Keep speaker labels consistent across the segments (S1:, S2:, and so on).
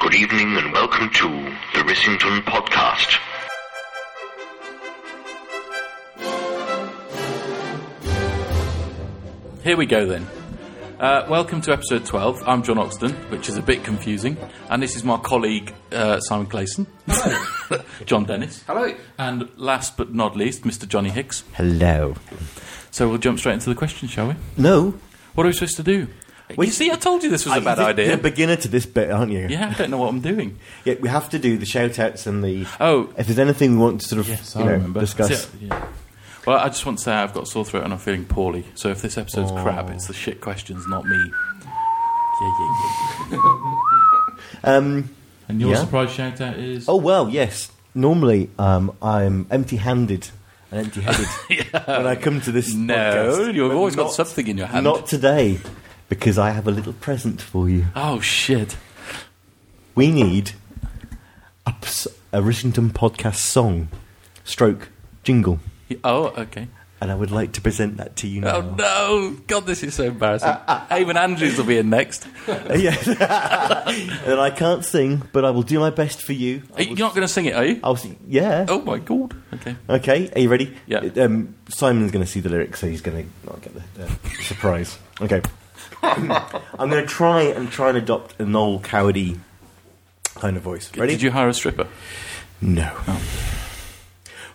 S1: Good evening and welcome to the Rissington Podcast.
S2: Here we go then. Uh, welcome to episode 12. I'm John Oxton, which is a bit confusing, and this is my colleague uh, Simon Clayson, John Dennis,
S3: Hello.
S2: and last but not least, Mr. Johnny Hicks.
S4: Hello.
S2: So we'll jump straight into the question, shall we?
S4: No.
S2: What are we supposed to do? you see, I told you this was a bad
S4: You're
S2: idea.
S4: a beginner to this bit, aren't you?
S2: yeah, I don't know what I'm doing.
S4: Yeah, we have to do the shout outs and the.
S2: Oh.
S4: If there's anything we want to sort of you know, discuss.
S2: That's it, yeah. Well, I just want to say I've got a sore throat and I'm feeling poorly. So if this episode's crap, it's the shit questions, not me. Yeah, yeah, yeah.
S4: Um,
S2: And your
S4: Yeah.
S2: surprise shout out is.
S4: oh, well, yes. Normally, um, I'm empty handed and empty headed when I come to this.
S2: No,
S4: podcast,
S2: you've
S4: but
S2: always got
S4: not-
S2: something in your hand.
S4: Not today, because I have a little present for you.
S2: Oh shit!
S4: We need a, ps- a Rissington podcast song, stroke, jingle,
S2: Oh, okay.
S4: and I would like to present that to you now.
S2: Oh no! God, this is so embarrassing. Avon Andrews will be in next.
S4: Yes. and I can't sing, but I will do my best for you. I
S2: Are you- You're not going to sing it, are you?
S4: will sing. Yeah.
S2: Oh my god! Okay.
S4: Okay. Are you ready?
S2: Yeah.
S4: It- Um, Simon's going to see the lyrics, so he's going to not get the, the surprise. Okay. I'm going to try and try and adopt a Noel Cowdy kind of voice. Ready?
S2: Did you hire a stripper?
S4: No.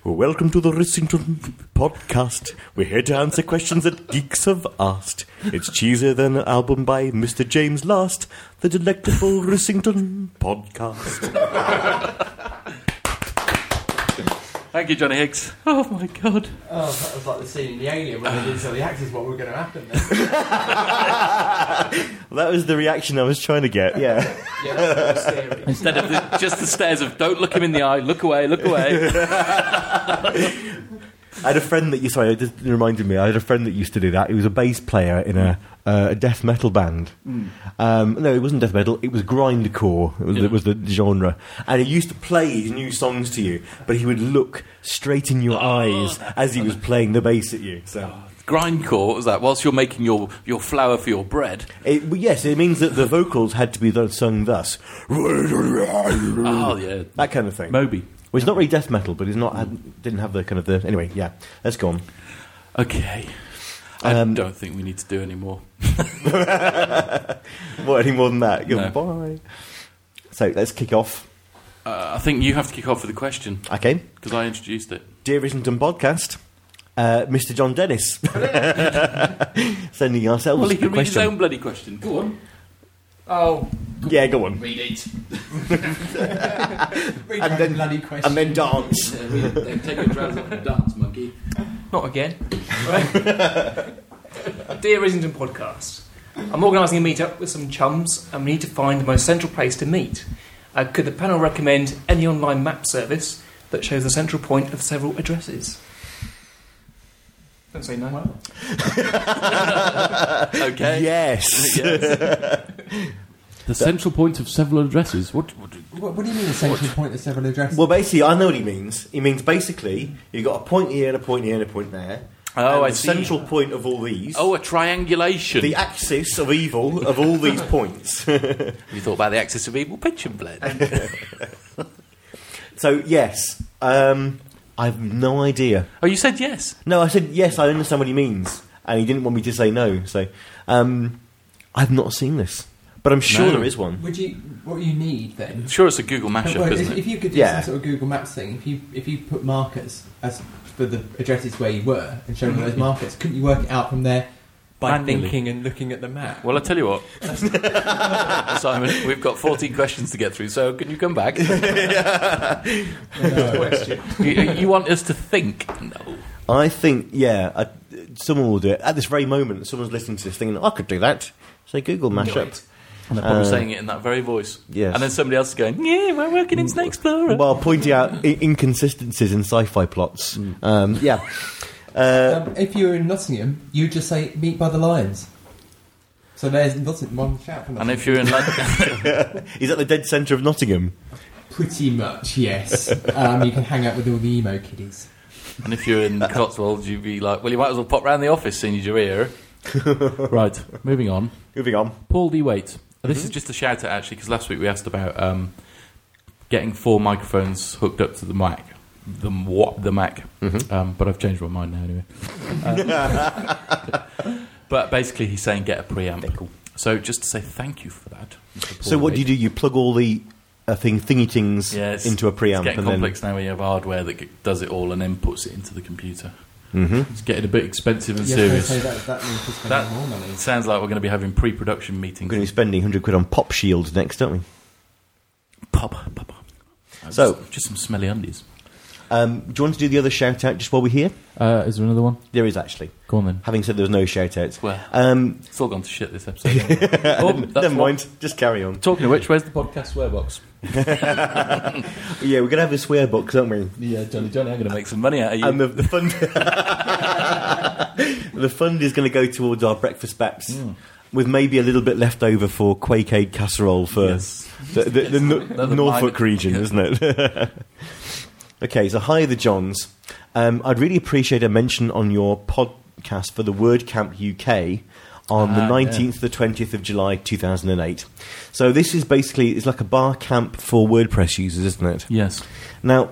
S4: Well, Welcome to the Rissington podcast. We're here to answer questions that geeks have asked. It's cheesier than an album by Mr. James Last, the delectable Rissington podcast.
S2: Thank you, Johnny Hicks. Oh my god!
S3: Oh, that was like the scene in The Alien when they didn't tell the actors what were going to happen. Then.
S4: That was the reaction I was trying to get, yeah.
S3: Yeah, that's what was scary.
S2: Instead of the, just the stares of "Don't look him in the eye, look away, look away."
S4: I had a friend that you sorry, it just reminded me. I had a friend that used to do that. He was a bass player in a, uh, a death metal band. Um, no, it wasn't death metal. It was grindcore. It was,
S2: Yeah.
S4: it was the genre, and he used to play his new songs to you, but he would look straight in your eyes as he was playing the bass at you. So.
S2: Grindcore what was that. Whilst you're making your your flour for your bread.
S4: It, well, yes, it means that the vocals had to be th- sung thus.
S2: Oh
S4: Oh,
S2: yeah.
S4: That kind of thing.
S2: Moby.
S4: Well, it's not really death metal, but it's not, had, didn't have the kind of the. Anyway, yeah, let's go on.
S2: Okay. I
S4: Um,
S2: don't think we need to do any more.
S4: What, any more than that? Goodbye. So let's kick off.
S2: Uh, I think you have to kick off with the question
S4: Okay.
S2: because I introduced it.
S4: Dear Islington Podcast, uh, Mr. John Dennis. Sending ourselves
S2: Well, he
S4: a
S2: can read his
S4: question.
S2: own bloody question. Go on.
S3: Oh,
S4: Yeah, go on.
S3: read it. read
S4: And
S3: your
S4: then-
S3: bloody question.
S4: And then dance.
S2: Take your trousers off and dance, monkey.
S5: Not again. Dear Islington Podcast, I'm organising a meet-up with some chums and we need to find the most central place to meet. Uh, could the panel recommend any online map service that shows the central point of several addresses? Don't say no.
S2: Okay.
S4: Yes.
S6: The central point of several addresses. What? what
S3: What, what do you mean the central point of several addresses?
S4: Well, basically, I know what he means. He means basically, you've got a point here and a point here and a point there.
S2: Oh,
S4: and
S2: I
S4: the
S2: see.
S4: central point of all these.
S2: Oh, a triangulation.
S4: The axis of evil of all these points.
S2: you thought about the axis of evil pension blend.
S4: so, yes. Um, I've no idea.
S2: oh, you said yes.
S4: No, I said yes. I understand what he means, and he didn't want me to say no. So, um, I've not seen this, but I'm sure
S2: No.
S4: there is one.
S3: Would you? What you need then?
S2: I'm sure it's a Google
S3: Well,
S2: mashup,
S3: if,
S2: isn't
S3: if
S2: it?
S3: you could do
S4: Yeah.
S3: some sort of Google Maps thing, if you if you put markers as for the addresses where you were and showed them those markers, couldn't you work it out from there by
S2: Manually.
S3: thinking Mm-hmm. and looking at the map?
S2: Well, I tell you what, Simon, we've got 14 questions to get through, so can you come back? you, you want us to think? No.
S4: I think, yeah, I, someone will do it at this very moment. Someone's listening to this thing, and I could do that. So, Google mashup.
S2: And they're probably
S4: Uh,
S2: saying it in that very voice.
S4: yes.
S2: And then somebody else is going, yeah, we're working in Snake Explorer.
S4: While pointing out I- inconsistencies in sci-fi plots,
S2: Mm.
S4: um, yeah, uh,
S3: Um, if you were in Nottingham, you'd just say meet by the lions. So there's Nottingham. One shout from
S2: and
S3: Nottingham.
S2: if you're in London,
S4: he's at the dead centre of Nottingham.
S3: Pretty much, yes. um, you can hang out with all the emo kiddies.
S2: and if you're in the Cotswolds, you'd be like, well, you might as well pop round the office, seeing as you're here. Mm-hmm.
S6: right, moving on.
S4: Moving on.
S6: Paul D. Waite.
S2: This is just a shout out actually, because last week we asked about um, getting four microphones hooked up to the Mac, the what the Mac.
S4: Mm-hmm.
S2: Um, but I've changed my mind now anyway. Uh, but basically, he's saying get a preamp. So just to say thank you for that. Mr. Paul
S4: So what do you
S2: Wade.
S4: do? You plug all the uh, thing thingy things
S2: Yeah, it's-
S4: into a preamp
S2: It's getting
S4: and then
S2: complex now. We have hardware that g- does it all and inputs it into the computer.
S4: Mm-hmm.
S2: It's getting a bit expensive and
S3: Yeah, I was gonna
S2: serious.
S3: say that, that means we're spending
S2: That-
S3: more money.
S2: It sounds like we're going to be having pre-production
S4: we're going to be
S2: meetings.
S4: spending hundred quid on Pop Shield next, don't we?
S2: Pop, pop, pop. Uh,
S4: So-
S2: just, just some smelly undies.
S4: Um, do you want to do the other shout out just while we're here?
S6: Uh, is there another one?
S4: There is actually.
S6: Go on then.
S4: Having said there was no shout outs.
S2: Well,
S4: Um,
S2: it's all gone to shit this episode. oh, that's
S4: never
S2: what-
S4: mind. Just carry on.
S2: Talking of which, where's the podcast swear box?
S4: Yeah, we're going to have a swear box, aren't we?
S2: Yeah, Johnny, Johnny, I'm going to make some money out of you.
S4: And the, the fund, the fund is going to go towards our breakfast baps,
S2: Hmm.
S4: with maybe a little bit left over for Quake Aid casserole for
S2: Yes.
S4: the, the, the Nor-
S2: Another
S4: Norfolk
S2: private-
S4: region,
S2: yeah.
S4: isn't it? okay, so hi the Johns. Um, I'd really appreciate a mention on your podcast for the WordCamp UK on the
S2: Ah, yeah.
S4: 19th to the 20th of July 2008. So this is basically it's like a bar camp for WordPress users, isn't it?
S2: Yes,
S4: Now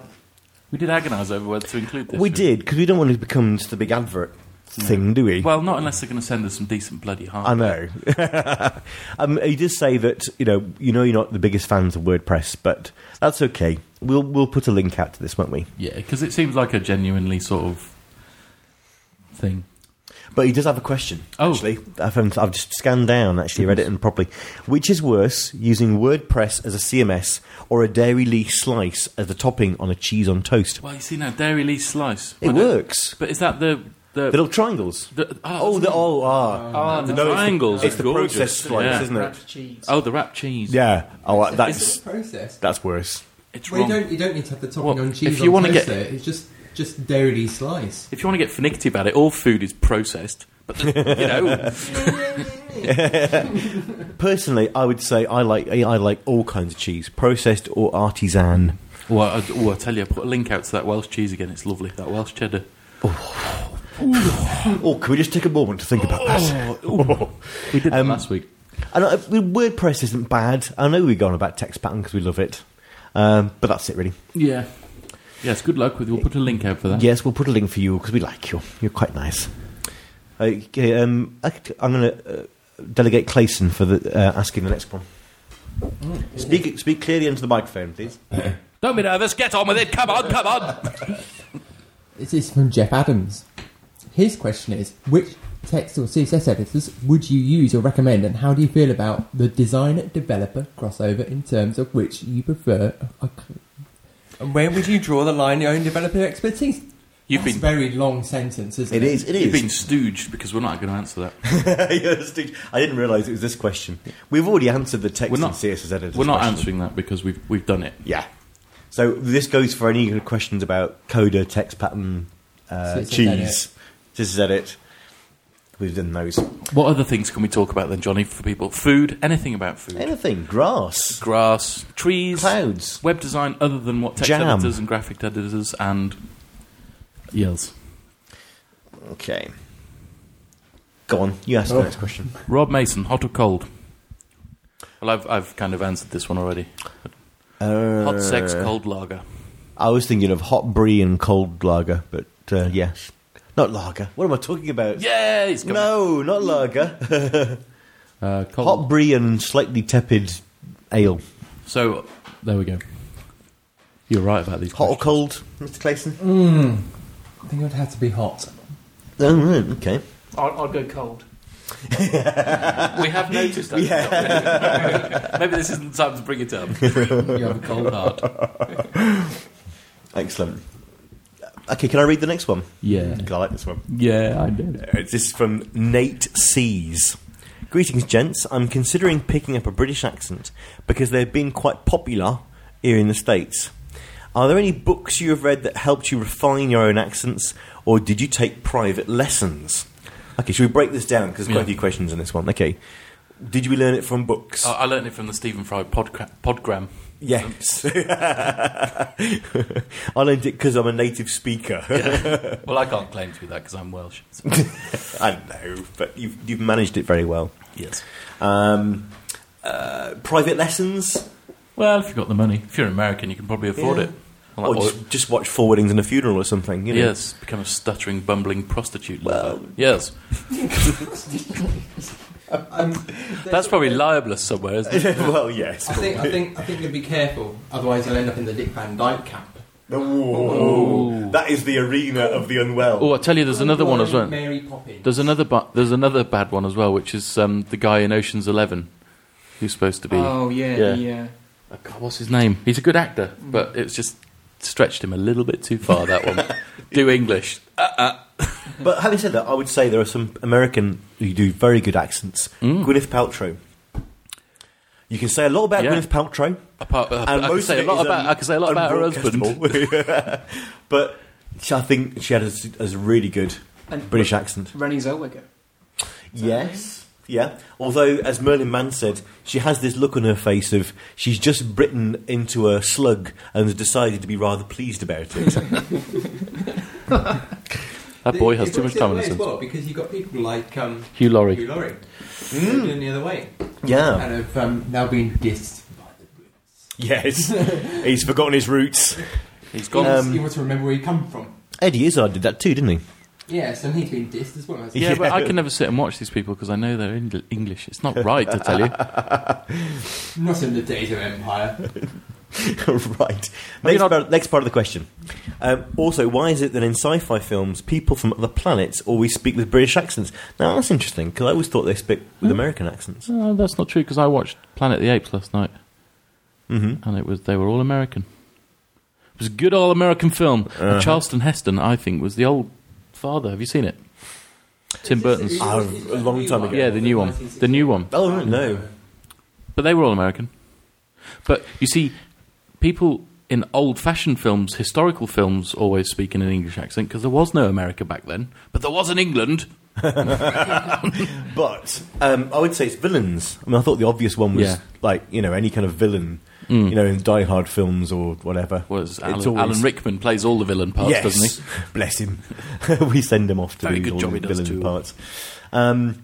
S2: we did agonise over whether to include this.
S4: we
S2: really.
S4: did because we don't want to become just the big advert thing, do we?
S2: Well, not unless they're going to send us some decent bloody
S4: I
S2: hard.
S4: know. um, he does say that you know you know you're not the biggest fans of WordPress, but that's okay. We'll we'll put a link out to this, won't we?
S2: Yeah, because it seems like a genuinely sort of thing.
S4: But he does have a question.
S2: Oh.
S4: Actually, I've, um, I've just scanned down actually read it and properly. Which is worse, using WordPress as a CMS or a Dairy Lee slice as a topping on a cheese on toast?
S2: Well, you see now, Dairy Lee Slice.
S4: It
S2: I don't-
S4: works.
S2: But is that the
S4: The
S2: the,
S4: little triangles.
S2: the
S4: Oh, the oh ah.
S5: Ah,
S2: the
S5: no.
S2: triangles?
S4: It's
S2: are
S4: the
S2: gorgeous.
S4: process slice,
S2: Yeah.
S4: isn't it?
S5: Wrapped cheese.
S2: Oh, the wrap cheese.
S4: Yeah. Oh,
S3: It's
S4: that's
S3: a process.
S4: that's worse.
S2: it's
S3: Well, you
S2: wrong.
S3: don't you don't need to have the topping
S2: Well,
S3: on cheese.
S2: if you
S3: on
S2: wanna get-
S3: toast, though. it's just just dairy slice.
S2: If you want to get finicky about it, all food is processed. But the- you know,
S4: Personally, I would say I like I like all kinds of cheese, processed or artisan.
S2: well, I, oh, I tell you, I put a link out to that Welsh cheese again. It's lovely. That Welsh cheddar.
S4: Oh, can we just take a moment to think about that?
S2: Oh, We did
S4: Um,
S2: that last week.
S4: And I, WordPress isn't bad. I know we go on about text pattern because we love it, um, but that's it really.
S2: Yeah. Yes. Good luck with. We'll put a link out for that.
S4: Yes, we'll put a link for you because we like you. You're quite nice. Okay, um, I could- I'm going to uh, delegate Clayson for the, uh, asking the next one. Mm. Speak, speak clearly into the microphone, please.
S2: Don't be nervous. Get on with it. Come on. Come on.
S3: This is from Jeff Adams. His question is: Which text or CSS editors would you use or recommend, and how do you feel about the designer-developer crossover in terms of which you prefer? And where would you draw the line? Your own developer expertise.
S2: You've
S3: That's
S2: been
S3: a very long sentence, isn't
S4: It
S3: it?
S4: is. It
S2: you've
S4: is.
S2: been stooged because we're not going to answer that.
S4: You're stupid. I didn't realise it was this question. We've already answered the text
S2: We're not-
S4: and CSS editors.
S2: We're not
S4: question.
S2: answering that because we've we've done it.
S4: Yeah. So this goes for any questions about coda, text pattern, uh,
S3: So it's just
S4: cheese. Just said it. We've done those.
S2: What other things can we talk about then, Johnny? For people, food, anything about food,
S4: Anything. Grass.
S2: grass, trees,
S4: Clouds.
S2: web design, other than what text
S4: Jam.
S2: editors and graphic editors and yells.
S4: Okay. Go on. You ask
S3: Oh.
S4: the next question.
S2: Rob Mason, hot or cold? Well, I've I've kind of answered this one already. Hot sex, cold lager.
S4: Uh, I was thinking of hot brie and cold lager, but uh, yes. Not lager. What am I talking about?
S2: Yeah, it's coming.
S4: No, not lager.
S6: Uh, Colin-
S4: Hot brie and slightly tepid ale.
S2: So
S6: There we go.
S2: you're right about these.
S4: Hot or
S2: questions.
S4: cold, Mr. Clayson?
S3: I think it would have to be hot.
S4: Oh, right, okay.
S5: I'll, I'll go cold.
S2: We have noticed that. Maybe this isn't the time to bring it up.
S3: You have a cold
S2: Cold hard.
S4: Excellent. Okay, can I read the next one?
S6: Yeah.
S4: I like this one.
S6: Yeah, I did.
S4: Uh, This is from Nate Sees. Greetings, gents. I'm considering picking up a British accent because they've been quite popular here in the States. Are there any books you have read that helped you refine your own accents, or did you take private lessons? Okay, should we break this down? Because there's quite a
S2: Yeah.
S4: few questions in this one. Okay. Did you learn it from
S6: Uh,
S4: books?
S2: I I learned it from the Stephen Fry podca- podgram.
S4: yes. I learned it because I'm a native speaker.
S2: Well, I can't claim to be that because I'm Welsh. So-
S4: I know, but you've, you've managed it very well.
S2: yes.
S4: Um, uh, private lessons,
S2: Well, if you've got the money, if you're American, you can probably afford
S4: Yeah.
S2: it. Well,
S4: or
S2: that was-
S4: just, just watch four weddings and a funeral or something. You know?
S2: Yes, become a stuttering, bumbling prostitute. lover.
S4: Well-
S2: yes,
S3: Um,
S2: that's probably libelous somewhere, isn't it?
S4: well, yes.
S3: I think I think I think you'll be careful, otherwise you'll end up in the Dick Van Dyke camp.
S4: Ooh. That is the arena of the unwell.
S2: Oh, I tell you, there's another one as well.
S3: Mary Poppins.
S2: There's another, bu- there's another bad one as well, which is um, the guy in Ocean's Eleven, who's supposed to be.
S5: Oh yeah,
S2: Yeah.
S5: yeah. The, uh,
S2: Oh, God, what's his name? He's a good actor,
S4: Mm.
S2: but it's just stretched him a little bit too far. That one. Do English.
S4: But having said that, I would say there are some American who do very good accents.
S2: Mm.
S4: Gwyneth Paltrow. You can say a lot about
S2: Yeah.
S4: Gwyneth Paltrow.
S2: Apart, uh, I can
S4: most
S2: say a
S4: of it
S2: lot
S4: is
S2: about.
S4: un-
S2: I can say a lot about her husband.
S4: unbroadcastable. but she, I think she had a, a really good
S5: And-
S4: British accent.
S5: uh, Rennie Zellweger.
S4: Yes. Yeah. Although, as Merlin Mann said, she has this look on her face of she's just bitten into a slug and has decided to be rather pleased about it.
S2: That boy has
S3: It
S2: too much
S3: works the
S2: time
S3: other
S2: on
S3: way
S2: his
S3: as
S2: hands.
S3: well because you've got people like um,
S2: Hugh
S3: Hugh
S2: Laurie.
S3: Laurie who are doing the other way
S4: yeah.
S3: and have um, now been dissed. by the Brits.
S4: Yes. He's forgotten his roots.
S2: He's
S3: He
S2: gone.
S3: wants-
S4: Um,
S3: he wants to remember where he come from.
S4: Eddie Izzard did that too, didn't he?
S3: Yeah, so he's been dissed as well. hasn't he?
S2: yeah, but I
S4: yeah.
S2: can never sit and watch these people because I know they're Eng- English. It's not right to tell you. Have
S3: Not in the days of empire.
S4: right. Next,
S2: not-
S4: part, next part of the question. Um, also, why is it that in sci-fi films, people from other planets always speak with British accents? Now that's interesting because I always thought they speak with
S2: Hmm.
S4: American accents.
S2: No, that's not true because I watched Planet of the Apes last night,
S4: Mm-hmm.
S2: and it was they were all American. It was a good all American film. And Charleston Heston, I think, was the old father. Have you seen it? Tim Burton's.
S4: Ah, a long time ago.
S2: Yeah, the new one. The new one.
S4: Oh no!
S2: But they were all American. But you see, people in old fashioned films, historical films, always speak in an English accent because there was no America back then. But there was in England.
S4: But um, I would say it's villains. I mean, I thought the obvious one was
S2: Yeah. Hmm.
S4: like you know any kind of villain, you know, in Die Hard films or whatever.
S2: Was Alan,
S4: It's always-
S2: Alan Rickman plays all the villain parts,
S4: yes,
S2: doesn't he?
S4: bless him. we send him off to
S2: Very
S4: these
S2: good
S4: all
S2: job he does
S4: villain
S2: too.
S4: parts. Um,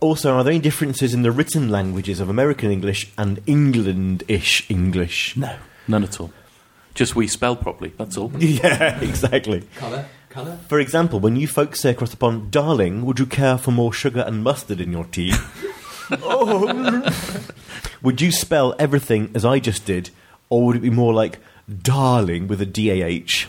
S4: also, are there any differences in the written languages of American English and England-ish English? No.
S2: None at all. Just we spell properly. That's all.
S4: yeah, exactly.
S3: Colour, colour.
S4: For example, when you folks say across the pond, "Darling, would you care for more sugar and mustard in your tea?" oh. would you spell everything as I just did, or would it be more like "Darling" with a D A H?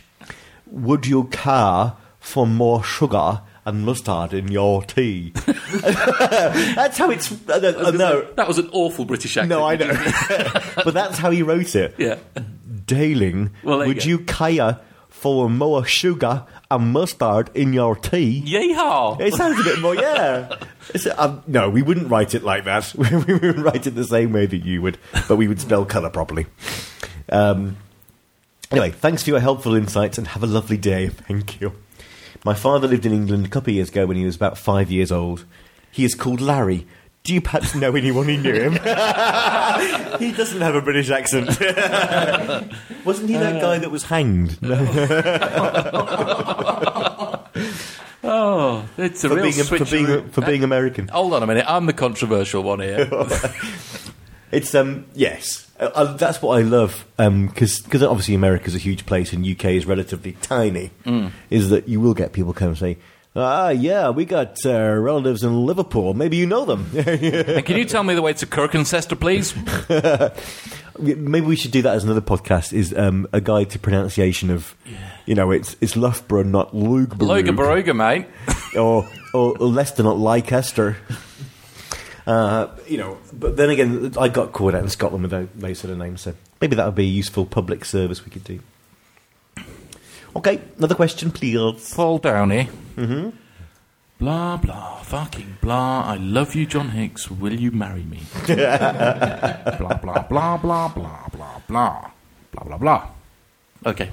S4: Would you care for more sugar and mustard in your tea? That's how it's. Uh, uh, no,
S2: That was an awful British accent.
S4: no, I know, but that's how he wrote it.
S2: Yeah.
S4: Darling,
S2: Well, there you
S4: would
S2: go.
S4: you care for more sugar and mustard in your tea?
S2: Yeehaw!
S4: It sounds a bit more, yeah. It's, um, no, we wouldn't write it like that. we would write it the same way that you would, but we would spell colour properly. Um, anyway, thanks for your helpful insights and have a lovely day. Thank you. My father lived in England a couple of years ago when he was about five years old. He is called Larry. Do you perhaps know anyone who knew him? he doesn't have a British accent. Wasn't he that guy that was hanged?
S2: Oh, it's a
S4: for,
S2: real
S4: being, for, being, for being American.
S2: Hold on a minute. I'm the controversial one here.
S4: It's um yes, uh, uh, that's what I love because because obviously America's a huge place and UK is relatively tiny. Is that you will get people come and say. Ah, yeah, we got uh, relatives in Liverpool. Maybe you know them.
S2: and can you tell me the way to Kirkencester, please?
S4: Maybe we should do that as another podcast. Is um, a guide to pronunciation of, you know, it's it's Loughborough, not Lugborough,
S2: Loga Baroga, mate.
S4: or or Leicester, not Leicester. Uh, you know, but then again, I got called out in Scotland with tho- those sort of names, so maybe that would be a useful public service we could do. Okay, another question, please.
S2: Paul Downey. Mm-hmm. Blah, blah, fucking blah. I love you, John Hicks. Will you marry me? blah, blah, blah, blah, blah, blah, blah. Blah, blah, blah. Okay.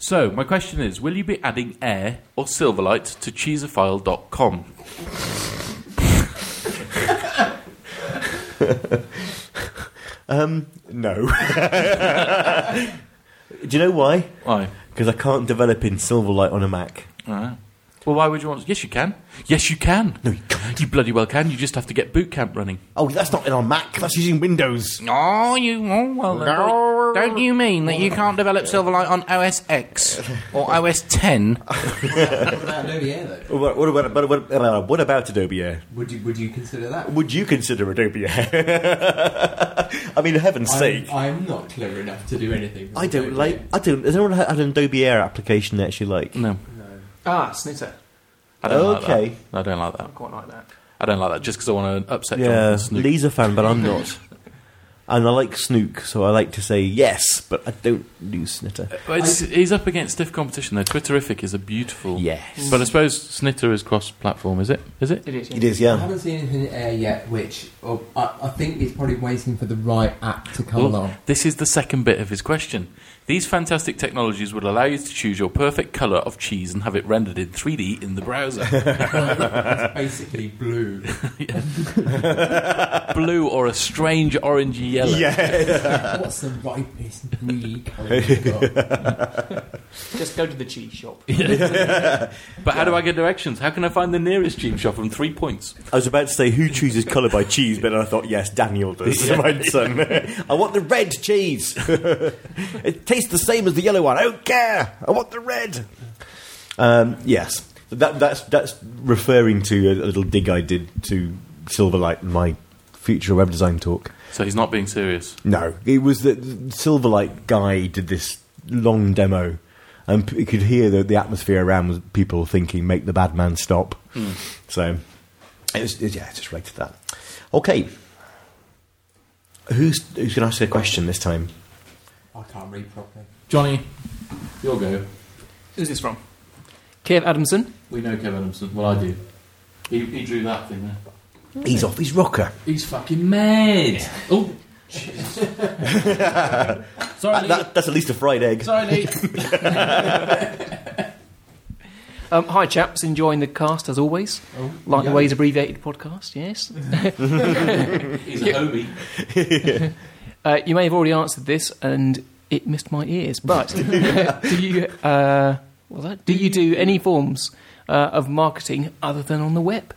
S2: So, my question is Will you be adding air or Silverlight to cheesophile.com?
S4: No. do you know why?
S2: Why?
S4: Because I can't develop in Silverlight on a Mac.
S2: Alright. Well, why would you want? Yes, you can. Yes, you can. No, you can't. You bloody well can. You just have to get boot camp running.
S7: Oh, that's not in on Mac. That's using Windows.
S2: Oh, you. Oh, well, then,
S7: No.
S2: don't you mean that you can't develop Silverlight on OS X or OS 10?
S3: What about Adobe Air though?
S4: What, what, about, what, what, uh, what about Adobe Air?
S3: Would you would you consider that?
S4: Would you consider Adobe Air? I mean, heaven's sake.
S3: I'm, I'm not clever enough to do anything. with
S4: I don't
S3: Adobe
S4: like.
S3: Air.
S4: I don't. Has anyone had an Adobe Air application they actually like?
S2: No,
S5: Ah, Snitter.
S2: I don't like that.
S4: Okay.
S2: I don't like that.
S5: I quite like that.
S2: I don't like that just because I want to upset
S4: Yeah,
S2: Jonathan Snoop.
S4: Lee's a fan, but I'm not. and I like Snook, so I like to say yes, but I don't do Snitter.
S2: But it's, he's up against stiff competition though. Twitterific is a beautiful.
S4: Yes.
S2: But I suppose Snitter is cross-platform, is it? Is it?
S5: It is. Yeah.
S4: It
S3: I
S4: is, yeah.
S3: haven't seen anything in air yet, which oh, I, I think is probably waiting for the right app to come
S2: Well,
S3: along.
S2: This is the second bit of his question. These fantastic technologies will allow you to choose your perfect colour of cheese and have it rendered in 3D in the browser.
S3: it's basically blue.
S2: Blue or a strange orangey yellow.
S3: What's the ripest green colour you've got?
S5: Just go to the cheese shop.
S2: But how do I get directions? How can I find the nearest cheese shop from three points?
S4: I was about to say who chooses colour by cheese, but then I thought, yes, Daniel does, my son. I want the red cheese. it tastes the same as the yellow one. I don't care. I want the red. Um, yes, that, that's that's referring to a, a little dig I did to Silverlight in my future web design talk.
S2: So he's not being serious.
S4: No, it was that Silverlight guy did this long demo, and p- you could hear the, the atmosphere around was people thinking, "Make the bad man stop." So, it was, it- yeah, I just rated that. Okay, who's who's going to ask a question this time?
S3: I can't read properly.
S6: Johnny, your go.
S5: Who's this from? Kev Adamson.
S6: We know Kevin Adamson. Well, I do. He, he drew that thing there.
S4: He's off his rocker.
S6: He's fucking mad. Oh, jeez. Sorry,
S4: That,
S6: Lee.
S4: that- that's at least a fried egg.
S6: Sorry, Lee.
S5: Um, hi, chaps. Enjoying the cast as always.
S3: Oh.
S5: like the Ways abbreviated podcast, yes.
S6: He's a homie.
S5: Uh, you may have already answered this, and it missed my ears. But do you uh, what was that? do you do any forms uh, of marketing other than on the web?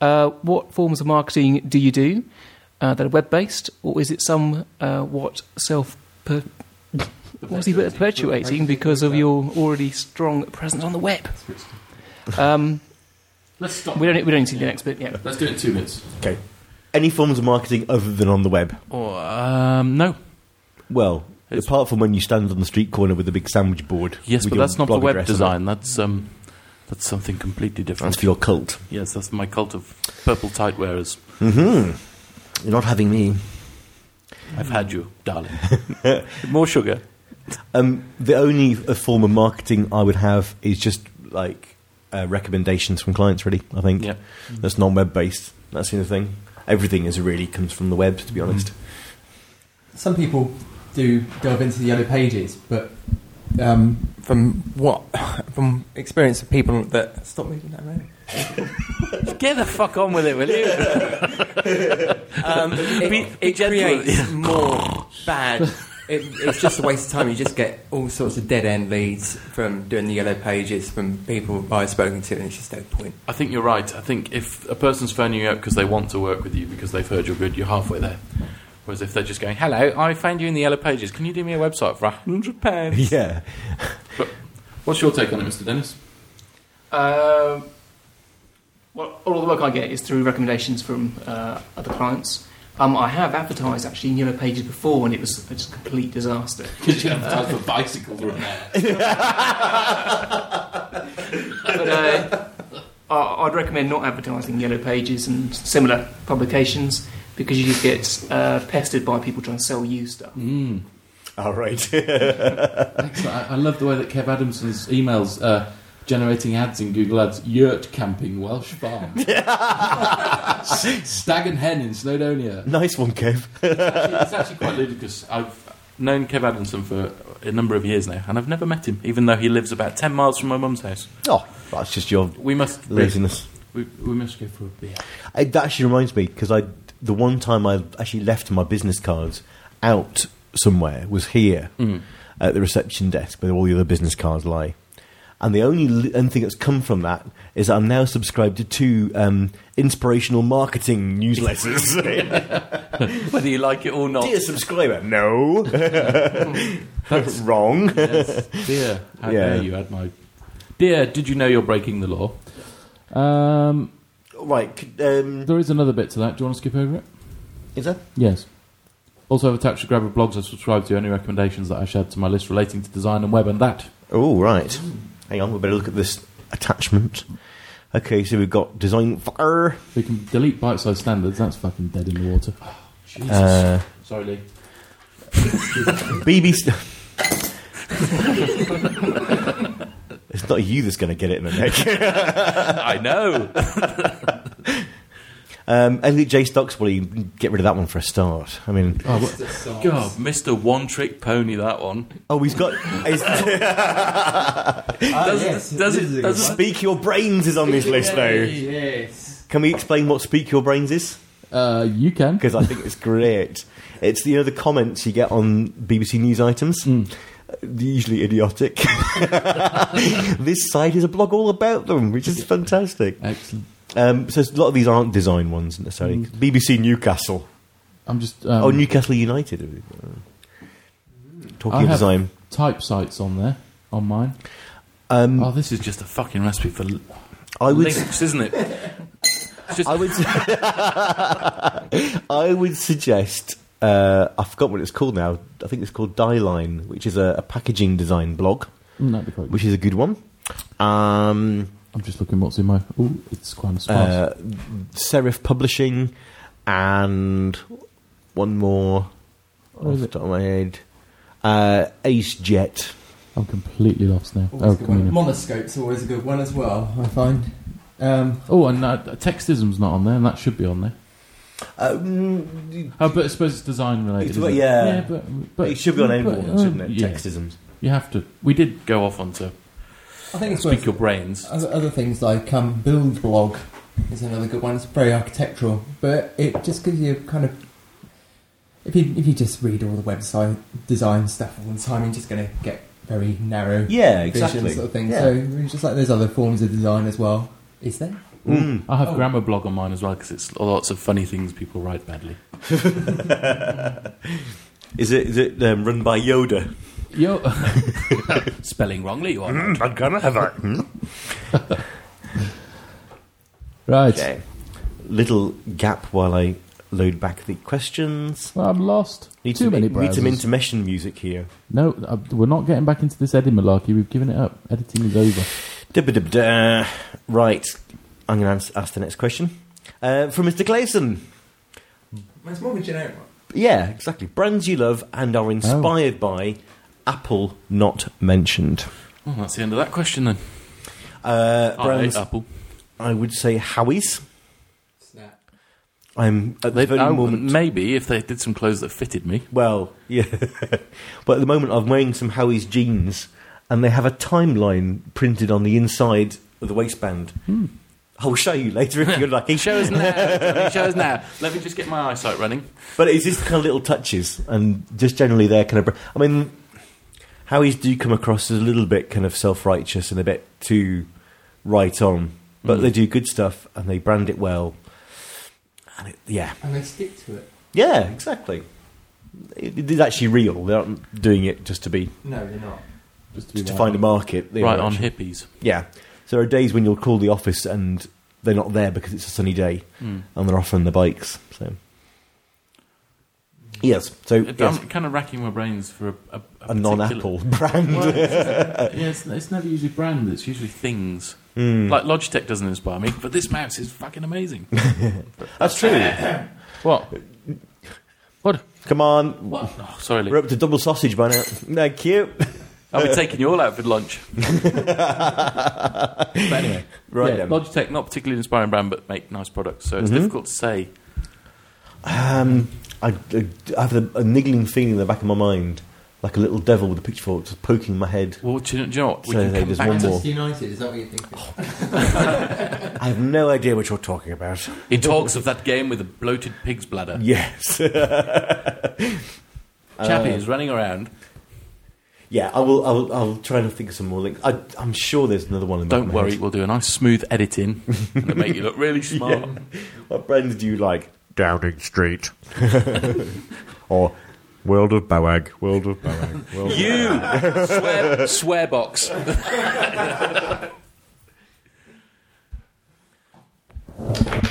S5: Uh, what forms of marketing do you do uh, that are web based, or is it some uh, what self per- what was he perpetuating because of your already strong presence on the web? Um,
S6: Let's stop.
S5: we don't we don't need to do the next bit. Yeah,
S6: Let's do it in two minutes.
S4: Okay, any forms of marketing other than on the web?
S2: Or, um, no.
S4: Well.
S2: It's-
S4: Apart from when you stand on the street corner with a big sandwich board.
S2: Yes,
S4: with
S2: but
S4: your
S2: that's not the
S4: blog
S2: web
S4: address on it.
S2: design. That's um, that's something completely different.
S4: That's for your cult.
S2: Yes, that's my cult of purple tight wearers.
S4: Mm-hmm. You're not having me.
S2: I've had you, darling. More sugar.
S4: Um, the only uh, form of marketing I would have is just like uh, recommendations from clients. Really, I think.
S2: Yeah.
S4: That's non web based. That's the only thing. Everything is really comes from the web. To be honest,
S3: Some people do delve into the yellow pages, but um, from what from experience of people that stop moving that around.
S2: Get the fuck on with it, will you?
S3: Um, it,
S2: Be-
S3: it
S2: be gentle.
S3: creates more bad. It, it's just a waste of time. You just get all sorts of dead end leads from doing the yellow pages from people I've spoken to, and it's just no point.
S2: I think you're right. I think if a person's phoning you up because they want to work with you because they've heard you're good, you're halfway there. Whereas if they're just going, "Hello, I found you in the yellow pages. Can you do me a website for a hundred pounds?"
S4: yeah.
S6: What's your take on it, Mr. Dennis?
S5: Um, well, all the work I get is through recommendations from uh, other clients. Um, I have advertised actually in Yellow Pages before, and it was just a complete disaster.
S6: Because you advertise for bicycles right now.
S5: But uh, I- I'd recommend not advertising Yellow Pages and similar publications because you just get uh, pestered by people trying to sell you stuff.
S4: All right.
S6: Excellent. I, I love the way that Kev Adamson's emails uh, generating ads in Google Ads. Yurt camping Welsh farm. S- Stag and hen in Snowdonia.
S4: nice one, Kev.
S2: Actually, it's actually quite ludicrous. I've known Kev Adamson for a number of years now, and I've never met him, even though he lives about ten miles from my mum's house.
S4: Oh, that's just your
S2: We must
S4: laziness.
S2: We, we must go for a beer.
S4: It, that actually reminds me because I the one time I actually left my business cards out somewhere was here at the reception desk where all the other business cards lie, And the only li- only thing that's come from that is that I'm now subscribed to two um, inspirational marketing newsletters.
S6: Whether you like it or not.
S4: Dear subscriber, no, wrong.
S6: Yes. Dear, how
S4: Yeah.
S6: dare you add my. Dear, did you know you're breaking the law? Um,
S4: Right, c- um,
S6: there is another bit to that. Do you want to skip over it?
S4: is that
S6: Yes. Also, I've attached a grab of blogs I've subscribed to, any recommendations that I shared to my list relating to design and web and that.
S4: Oh, right. Hang on, we better look at this attachment. Okay, so we've got design fire.
S6: We can delete bite sized standards, that's fucking dead in the water.
S2: Oh,
S6: Jesus.
S4: Uh,
S6: Sorry, Lee.
S4: BBC. it's not you that's going to get it in the neck.
S6: I know!
S4: Um, Elliot J. Stocks, well, you get rid of that one for a start. I mean,
S6: oh, what?
S2: God, Mr. One Trick Pony, that one.
S4: oh, he's got. he's-
S6: Oh,
S2: does it, does
S3: this is a
S2: it,
S3: good
S2: does it,
S4: Speak Your Brains is on this list now.
S3: Yes.
S4: Can we explain what Speak Your Brains is?
S6: Uh, you can.
S4: because I think it's great. It's you know the comments you get on BBC News items. uh, Usually idiotic. this site is a blog all about them, which is fantastic.
S6: Excellent.
S4: Um, so a lot of these aren't design ones necessarily.
S6: Mm.
S4: BBC
S6: Um,
S4: Newcastle
S6: I'm just. Um,
S4: oh Newcastle United. Talking
S6: I
S4: of
S6: have-
S4: design,
S6: Type sites on there, on mine.
S4: um,
S2: oh, this is just a fucking recipe for l-
S4: I would
S2: links, isn't it? It's just
S4: I would, I would suggest. Uh, I forgot what it's called now. I think it's called Dieline, which is a, a packaging design blog,
S6: Mm, that'd be quite good.
S4: which is a good one. Um,
S6: I'm just looking what's in my. Oh, it's quite sparse.
S4: uh, Serif Publishing, and one more
S6: Where
S4: off
S6: is
S4: the
S6: it?
S4: top of my head. Uh, Ace Jet.
S6: I'm completely lost now. Oh, come here.
S3: Monoscope's always a good one as well, I find. Um,
S6: Oh, and uh, textism's not on there, and that should be on there.
S4: Uh, Um,
S6: Oh, but I suppose it's design related.
S4: It's-
S6: is it?
S4: yeah.
S6: but, but
S4: it should be on
S6: but,
S4: anyone,
S6: uh,
S4: shouldn't it?
S6: yeah.
S4: Textisms.
S6: You have to.
S2: we did go off onto
S3: I think it's
S2: speak
S3: worth
S2: your brains.
S3: other, other things like um, build blog is another good one. It's very architectural, but it just gives you kind of if you if you just read all the website design stuff all the time, you're just going to get very narrow
S4: Yeah,
S3: vision
S4: exactly.
S3: sort of thing.
S4: Yeah.
S3: So it's just like those other forms of design as well. Is there?
S4: Mm.
S6: I have
S3: Oh.
S6: grammar blog on mine as well because it's lots of funny things people write badly.
S4: Is it, is it um, run by Yoda?
S6: Yo,
S2: Spelling wrongly, you are.
S4: I'm gonna have a
S2: Mm-hmm.
S6: right.
S4: okay. little gap while I load back the questions.
S6: Well, I'm lost.
S4: Need
S6: Too
S4: some,
S6: many
S4: need some
S6: browsers.
S4: intermission music here.
S6: No, uh, we're not getting back into this Eddie malarkey. We've given it up. Editing is over.
S4: Dibba-dibba-da. Right, I'm going to ask the next question uh, from Mr. Clayson.
S3: It's more of a generic one.
S4: Yeah, exactly. Brands you love and
S6: Oh.
S4: are inspired by, Apple not mentioned.
S2: Well, that's the end of that question then.
S4: Uh,
S2: I hate
S4: brands,
S2: Apple.
S4: I would say Howie's.
S3: Snap.
S4: I'm at the very
S2: Oh,
S4: moment.
S2: Maybe if they did some clothes that fitted me.
S4: well, yeah, but at the moment I'm wearing some Howie's jeans, and they have a timeline printed on the inside of the waistband. I will show you later if you're lucky.
S2: Show us now. Johnny, show us now. Let me just get my eyesight running.
S4: But it's just kind of little touches, and just generally they're kind of. I mean, Howie's do come across as a little bit kind of self righteous and a bit too right on, but they do good stuff and they brand it well. And it, yeah,
S3: And they stick to it.
S4: yeah, exactly. It, it is actually real. They aren't doing it just to be
S3: No, they're not.
S6: Just to, be
S4: just to
S6: right.
S4: find a market. They
S2: right
S4: are
S2: on
S4: actually-
S2: hippies.
S4: Yeah. So there are days when you'll call the office and they're not there because it's a sunny day
S2: Hmm.
S4: and they're off on the bikes. So. Yes, so yes.
S2: I'm kind of racking my brains for a, a, a
S4: a non-Apple
S2: particular-
S4: brand.
S2: Well, it's-
S6: Yeah, it's, it's never usually brand. It's
S2: it's usually things.
S4: Mm.
S2: Like Logitech doesn't inspire me, but this mouse is fucking amazing.
S4: That's true.
S2: what?
S4: Come on,
S2: What? Oh, sorry,
S4: we're
S2: Luke.
S4: up to double sausage by now. Thank you.
S2: I'll be taking you all out for lunch.
S4: But anyway, right
S2: Yeah,
S4: then. Mm-hmm.
S2: Logitech, not particularly inspiring brand, but make nice products. So it's difficult to say.
S4: um, I, I have a, a niggling feeling in the back of my mind, like a little devil with a pitchfork just poking my head.
S2: Well, do you, do you know what? We
S4: So
S2: can
S4: they
S2: come
S4: just
S2: back
S4: one
S2: to
S4: more.
S3: Manchester United, is that what you're thinking?
S4: I have no idea what you're talking about.
S2: He talks of that game with a bloated pig's bladder.
S4: Yes.
S2: Chappie is running around.
S4: yeah, I will. I will. I'll try and think of some more links. I, I'm sure there's another one. In the back
S2: Don't
S4: of my
S2: worry,
S4: head.
S2: we'll do a nice smooth editing and it'll make you look really smart.
S4: What brands do you like?
S8: Downing Street. or World of Boag. World of Boag. World of-
S2: You swear, swear box.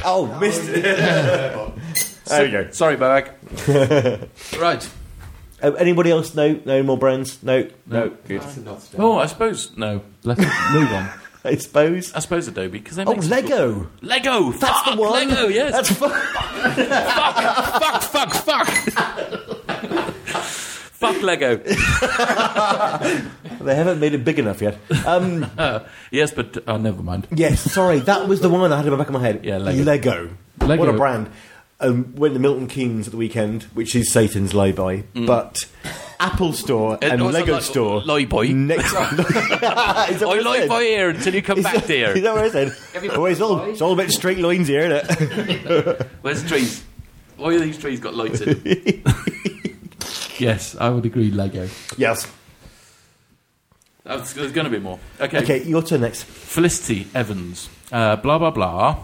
S4: Oh, missed it. there we go.
S2: Sorry, Boag.
S6: Right.
S4: Um, anybody else? No, no more brands. No, no. Good.
S2: Oh, I suppose no.
S6: Let's move on.
S4: I suppose.
S2: I suppose Adobe because they
S4: Oh,
S2: make some
S4: Lego.
S2: cool- Lego.
S4: That's
S2: fuck,
S4: the one.
S2: Ah, Lego. Yes.
S4: That's fu-
S2: fuck. Fuck. Fuck. fuck Lego.
S4: they haven't made it big enough yet. Um,
S2: Yes, but oh, never mind.
S4: yes. Sorry, that was the one I had in the back of my head.
S2: Yeah, Lego.
S6: Lego.
S4: What a brand. Um, went to Milton Keynes at the weekend, which is Satan's lay-by,
S2: Mm.
S4: but Apple Store
S2: And
S4: and
S2: also
S4: Lego
S2: like-
S4: Store.
S2: lay-by.
S4: Next. Is that
S2: I
S4: what I
S2: like
S4: said?
S2: my ear until you come
S4: Is
S2: back,
S4: that,
S2: dear.
S4: is that what I said? Oh, it's, all, it's all about straight lines here, isn't it?
S2: Where's the trees? Why have these trees got lights in? them?
S6: Yes, I would agree. Lego.
S4: Yes.
S2: That's- There's going to be more. Okay.
S4: Okay, your turn next.
S2: Felicity Evans. Uh, blah blah blah.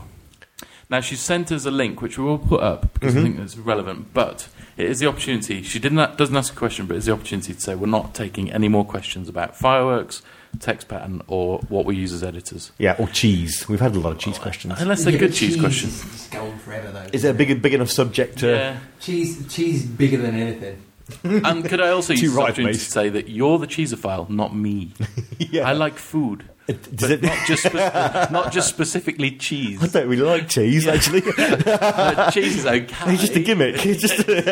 S2: Now she sent us a link which we will put up because
S4: Mm-hmm.
S2: I think it's relevant. But it is the opportunity. She didn't doesn't ask a question, but it's the opportunity to say we're not taking any more questions about fireworks, text pattern, or what we use as editors.
S4: Yeah, or cheese. We've had a lot of
S2: Oh,
S4: cheese questions.
S2: Unless they're good cheese questions.
S3: It's gone forever though.
S4: Is there a big, big enough subject to?
S2: Yeah.
S3: cheese? Cheese is bigger than anything.
S2: And could I also use
S4: Too
S2: this
S4: right,
S2: opportunity
S4: mate.
S2: to say that you're the cheesophile, not me.
S4: Yeah.
S2: I like food,
S4: Does it?
S2: not just spe- not just specifically cheese.
S4: I don't really like cheese. Actually,
S2: Uh, cheese is okay.
S4: it's just a gimmick. It's just a-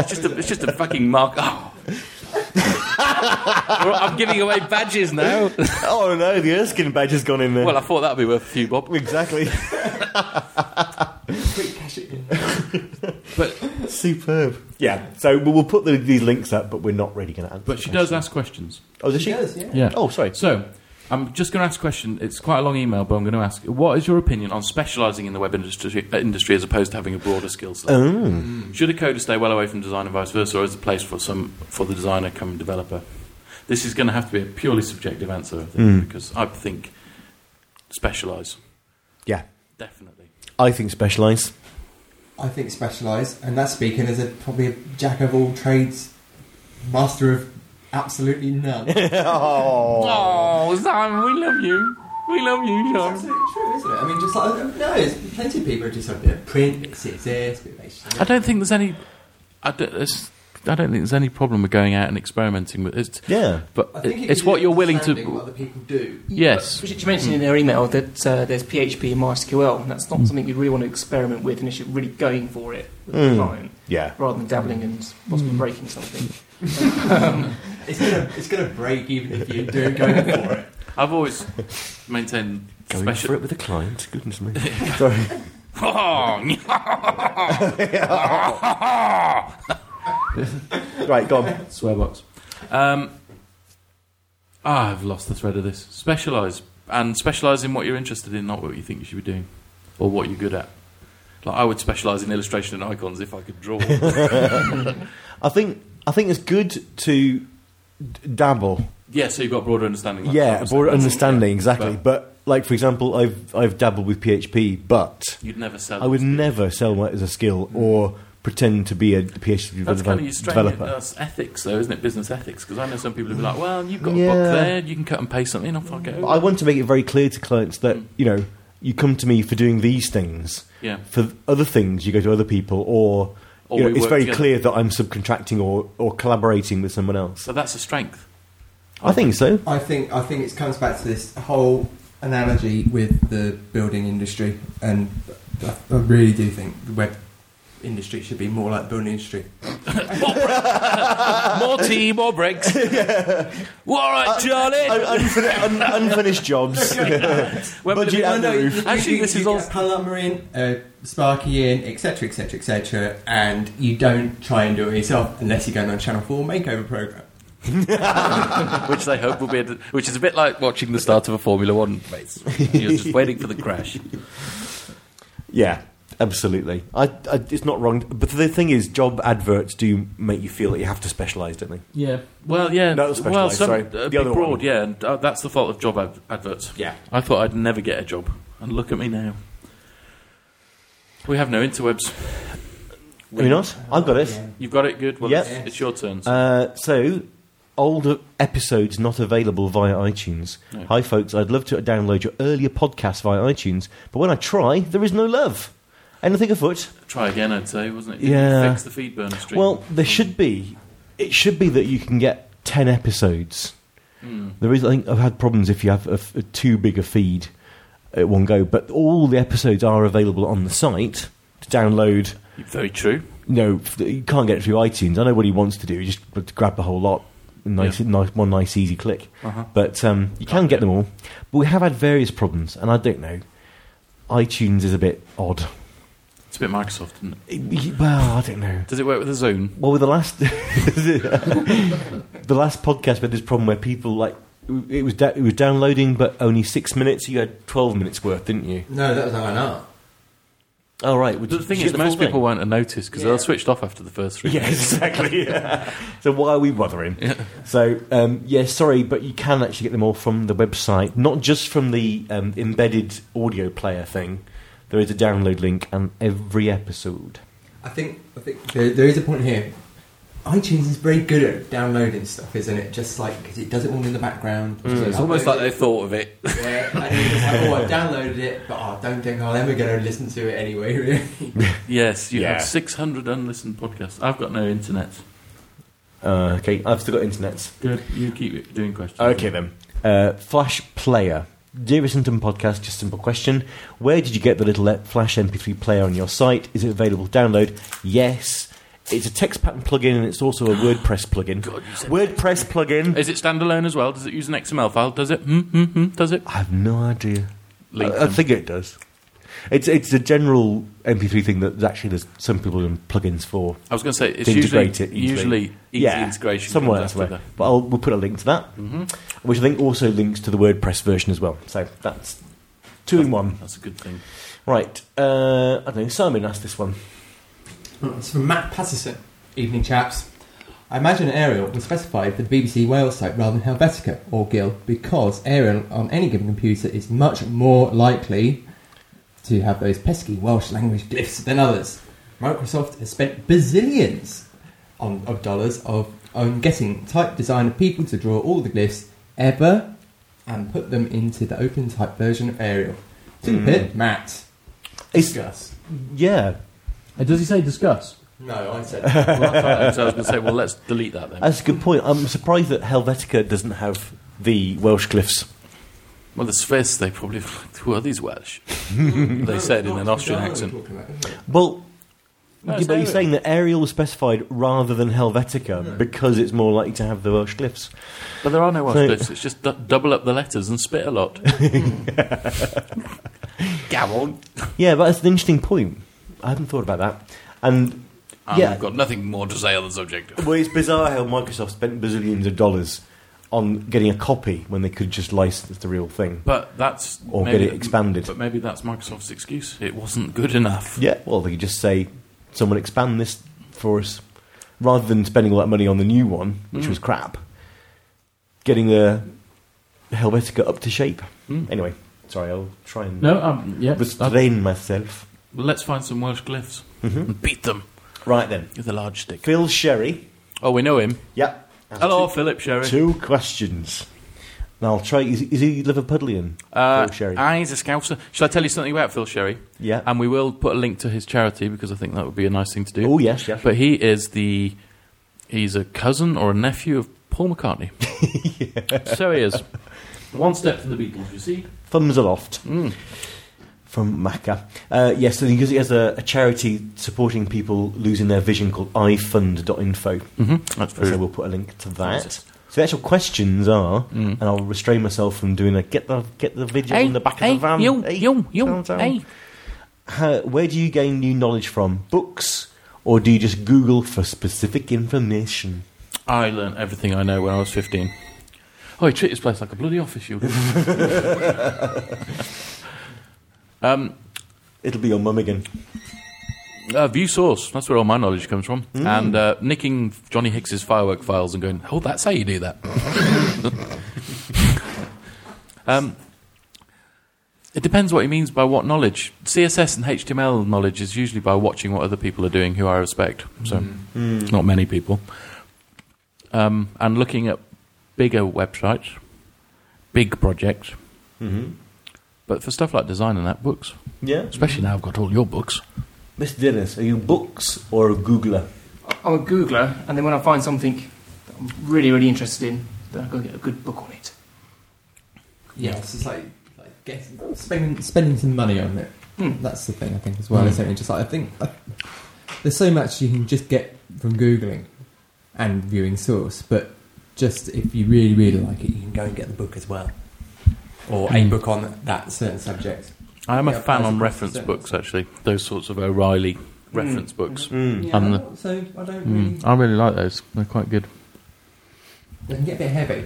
S2: It's just a, it's just a fucking mark. Oh. Well, I'm giving away badges now.
S4: oh no, the Erskine badge has gone in there.
S2: well, I thought that'd be worth a few bob.
S4: exactly.
S2: But
S4: Superb. Yeah. So we- we'll put the, these links up, but we're not really going to answer.
S2: but she does ask questions.
S4: Oh, does she?
S3: yeah.
S6: Yeah.
S4: Oh, sorry.
S2: So I'm just going to ask a question. It's quite a long email, but I'm going to ask: What is your opinion on specialising in the web industry, uh, industry as opposed to having a broader skill set? Mm. Should a coder stay well away from design and vice versa, or is the place for some for the designer come developer? This is going to have to be a purely subjective answer, I think, because I think specialise
S4: Yeah.
S2: definitely.
S4: I think specialise.
S3: I think specialise, and that's speaking as a probably a jack of all trades, master of absolutely none. it's
S2: Oh, Sam, we love you. We love you, Sam.
S3: absolutely true, isn't it? I mean, just like no, it's plenty of people are just like a bit of print, it's this, bit of HTML.
S2: I don't think there's any. I don't, there's, I don't think there's any problem with going out and experimenting with it.
S4: Yeah.
S2: But
S3: I think it
S2: it's
S3: gives
S2: what
S3: you
S2: you're willing
S3: understanding What
S2: to.
S3: other people do.
S2: Yes.
S5: Bridget, you mentioned in their email that uh, there's PHP and MySQL, and that's not something you'd really want to experiment with unless you're really going for it with a client,
S4: Yeah.
S5: rather than dabbling and possibly breaking something.
S3: It's gonna, it's gonna break even if you do go for it.
S2: I've always maintained
S4: Going
S2: special.
S4: for it with a client. Goodness me. sorry. Right. Go on.
S6: Swear box.
S2: Um, ah, I've lost the thread of this. Specialise and specialise in what you're interested in, not what you think you should be doing or what you're good at. Like I would specialise in illustration and icons if I could draw.
S4: I think I think it's good to d- dabble.
S2: yeah, so you've got a broader understanding. like
S4: yeah,
S2: Sam was
S4: broader
S2: saying.
S4: understanding exactly.
S2: But-
S4: But, like for example, I've I've dabbled with PHP, but
S2: You'd never sell.
S4: I would
S2: it.
S4: never sell that as a skill or pretend to be a PHP
S2: That's
S4: devel-
S2: kind of your strain.
S4: developer.
S2: That's ethics, though, isn't it? Business ethics. Because I know some people who be like, "Well, you've got a
S4: Mm. Yeah.
S2: book there. You can cut and paste something oh, off. I'll get
S4: But I want to make it very clear to clients that
S2: Mm.
S4: you know you come to me for doing these things.
S2: Yeah.
S4: For other things, you go to other people, or,
S2: Or
S4: you know,
S2: we
S4: it's
S2: work
S4: very
S2: together.
S4: clear that I'm subcontracting or, or collaborating with someone else.
S2: So that's a strength.
S4: I think so.
S3: I think I think it comes back to this whole analogy with the building industry, and I I really do think the web industry should be more like the building industry.
S2: more tea, more breaks. well, all right, Charlie.
S4: Un- unfin- un- unfinished jobs.
S2: When will it
S4: budget
S2: be-
S4: and the roof.
S2: Actually, this is
S3: all
S2: also-
S3: plumber in, uh, Sparky in, etc., etc., etc., and you don't try and do it yourself unless you're going on Channel Four makeover program.
S2: which they hope will be, a, which is a bit like watching the start of a Formula One race. You're just waiting for the crash.
S4: yeah. Absolutely. I, I, it's not wrong. But the thing is, job adverts do make you feel that you have to specialise, don't they?
S6: Yeah.
S2: Well, yeah.
S4: No, that's
S2: well,
S4: specialised,
S2: some,
S4: sorry.
S2: uh,
S4: The
S2: big
S4: other
S2: broad,
S4: one.
S2: yeah. And, uh, that's the fault of job ad- adverts.
S4: Yeah.
S2: I thought I'd never get a job, and look at me now. We have no interwebs.
S4: Are you not? I've got it.
S2: You've got it good. Well,
S4: Yep.
S2: it's, it's your turn.
S4: Uh, so, older episodes not available via iTunes.
S2: No.
S4: Hi, folks. I'd love to download your earlier podcast via iTunes, but when I try, there is no love. Anything afoot?
S2: Try again, I'd say, wasn't it? Did you
S4: Yeah.
S2: Fix the feed burner stream.
S4: Well, there should be. It should be that you can get ten episodes. There is. I think I've had problems if you have a, f- a too big a feed at one go. But all the episodes are available on the site to download.
S2: very true.
S4: No, f- you can't get it through iTunes. I know what he wants to do. He just but to grab the whole lot. Nice, nice, one nice easy click.
S2: Uh-huh.
S4: But um, you can get them all. But we have had various problems, and I don't know. iTunes is a bit odd.
S2: It's a bit Microsoft, isn't it?
S4: It- well, I don't know.
S2: Does it work with the zone?
S4: Well, with the last the last podcast, we had this problem where people like it was da- it was downloading, but only six minutes. You had twelve minutes worth, didn't you?
S3: No, that was our art.
S4: All Oh, right.
S2: The thing is, most people won't have noticed because they'll switched off after the first three.
S4: Yeah, exactly. so why are we bothering? So um, yeah, sorry, but you can actually get them all from the website, not just from the um, embedded audio player thing. There is a download link on every episode.
S3: I think I think there, there is a point here. iTunes is very good at downloading stuff, isn't it? Just like because it does it all in the background. So
S2: Mm. It's almost like they thought of it.
S3: Yeah, and you're just like, oh, I've downloaded it, but I don't think I'll ever going to listen to it anyway. Really.
S2: Yes, you
S4: Yeah.
S2: have 600 unlistened podcasts. I've got no internet.
S4: Uh, okay, I've still got internet.
S2: Good. You keep doing questions.
S4: Okay then. Uh, Flash player. Dear Islington podcast, just a simple question. Where did you get the little Flash MP3 player on your site? Is it available to download? Yes. It's a text pattern plugin and it's also a WordPress plugin. WordPress plugin.
S2: Is it standalone as well? Does it use an XML file? Does it? Hmm, hmm, hmm. Does it?
S4: I have no idea.
S2: Link
S4: I, I
S2: them.
S4: think it does. It's it's a general MP3 thing that actually there's some people doing plugins for.
S2: I was going to say it's
S4: to
S2: usually
S4: integrate it easily.
S2: usually easy integration
S4: somewhere
S2: comes
S4: that's
S2: after Mm-hmm.
S4: where. But I'll, we'll put a link to that, which I think also links to the WordPress version as well. So that's two in one.
S2: the- That's a good thing.
S4: Right. Uh, I don't know. Simon asked this one.
S3: It's from Matt Patterson. Evening, chaps. I imagine Arial was specified for the BBC Wales site rather than Helvetica or Gill because Arial on any given computer is much more likely to have those pesky Welsh language glyphs than others. Microsoft has spent bazillions on, of dollars of, on getting type designer people to draw all the glyphs ever and put them into the open type version of Arial. To the pit, Matt.
S4: It's-
S3: Discuss.
S4: Yeah.
S6: And Uh, does he say discuss?
S3: No, I said.
S2: Well, that's- so I was going to say, well, let's delete that then.
S4: That's a good point. I'm surprised that Helvetica doesn't have the Welsh glyphs.
S2: Well, the Swiss, they probably who are these Welsh? they said in an Austrian accent.
S4: Well,
S2: No,
S4: yeah,
S2: it's
S4: but you're
S2: Arial.
S4: saying that Arial was specified rather than Helvetica because it's more likely to have the Welsh glyphs.
S2: But there are no Welsh
S4: So-
S2: glyphs. It's just d- double up the letters and spit a lot. Go on.
S4: Yeah, but that's an interesting point. I haven't thought about that. And yeah,
S2: I've got nothing more to say on the subject.
S4: well, it's bizarre how Microsoft spent bazillions of dollars on getting a copy when they could just license the real thing.
S2: But that's
S4: Or
S2: maybe-
S4: get it expanded.
S2: But maybe that's Microsoft's excuse. It wasn't good enough.
S4: Yeah, well, they could just say, someone expand this for us, rather than spending all that money on the new one,
S2: Mm.
S4: which was crap. Getting the Helvetica up to shape.
S2: Mm.
S4: Anyway, sorry, I'll try and
S6: No, um, yeah. I-
S4: restrain myself.
S2: Well, let's find some Welsh glyphs and beat them
S4: Right then,
S2: with a large stick.
S4: Mm-hmm. Phil Sherry.
S2: Oh, we know him.
S4: Yep. has
S2: Hello, Philip Sherry.
S4: Two, two questions. Now I'll try. Is, is he Liverpudlian?
S2: Uh,
S4: Phil Sherry.
S2: ah, he's a scouser. Shall I tell you something about Phil Sherry?
S4: Yeah.
S2: And we will put a link to his charity because I think that would be a nice thing to do.
S4: Oh, yes, yes.
S2: But he is the he's a cousin or a nephew of Paul McCartney. So he is. One step to the Beatles, you see.
S4: Thumbs aloft.
S2: Mm.
S4: From Macca. Uh, yes, and because he has a, a charity supporting people losing their vision called iFund.info.
S2: hmm That's
S4: So
S2: very
S4: we'll put a link to that.
S2: Yes.
S4: So the actual questions are,
S7: Mm.
S4: and I'll restrain myself from doing a get the get the video on the back of the van. Hey, down, down. How- where do you gain new knowledge from? Books, or do you just Google for specific information?
S2: I learned everything I know when I was 15. Oh, he treated his place like a bloody office, you. um,
S4: It'll be your mum again.
S2: Uh, view source. That's where all my knowledge comes from. And uh, nicking Johnny Hicks's firework files and going, oh, that's how you do that. um, it depends what he means by what knowledge. CSS and HTML knowledge is usually by watching what other people are doing who I respect. So,
S7: Mm.
S2: not many people. Um, and looking at bigger websites, big projects.
S7: Mm-hmm.
S2: But for stuff like design and that, books.
S4: Yeah.
S2: Especially now I've got all your books.
S4: Mr. Dennis, are you books or a Googler?
S5: I'm a Googler, and then when I find something that I'm really, really interested in, then I go get a good book on it.
S3: Yeah, it's just like, like getting, spending, spending some money on it.
S2: Hmm.
S3: That's the thing I think as well. It's only just like I think I, there's so much you can just get from googling and viewing source, but just if you really really like it, you can go and get the book as well, or
S2: Hmm.
S3: a book on that certain subject.
S2: I am a
S3: Yeah,
S2: fan on
S3: that's-
S2: reference
S3: that's-
S2: books, actually. Those sorts of O'Reilly reference books.
S4: Mm.
S3: Yeah,
S2: I'm
S3: so I don't really.
S2: Mm. I really like those. They're quite good.
S3: They can get a bit heavy,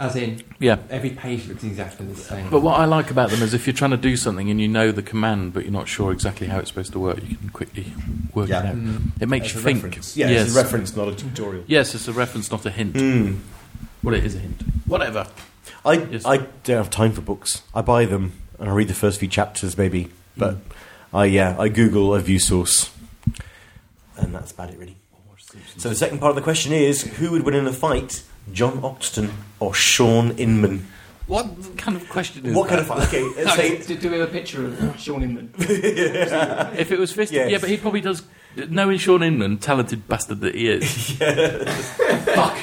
S3: as in
S2: Yeah.
S3: every page looks exactly the same.
S2: But what I like about them is if you're trying to do something and you know the command, but you're not sure exactly how it's supposed to work, you can quickly work
S4: Yeah.
S2: it out.
S3: Mm.
S2: It makes
S7: As
S2: you
S7: a
S2: think.
S7: reference. Yeah,
S2: yes.
S7: it's a reference, not a tutorial.
S2: yes, it's a reference, not a hint.
S4: Mm.
S2: Well, it is a hint. Whatever.
S4: I,
S2: Yes.
S4: I don't have time for books. I buy them and I read the first few chapters, maybe. But I, yeah, I Google a view source. And that's about it, really. So the second part of the question is who would win in a fight, John Oxton or Sean Inman?
S2: What kind of question is
S4: what
S2: that?
S4: kind of fight? Okay, let's say.
S5: do, do we have a picture of Sean Inman?
S2: If it was fisted,
S4: Yes.
S2: yeah, but he probably does. Knowing Sean Inman, talented bastard that he is. Fuck.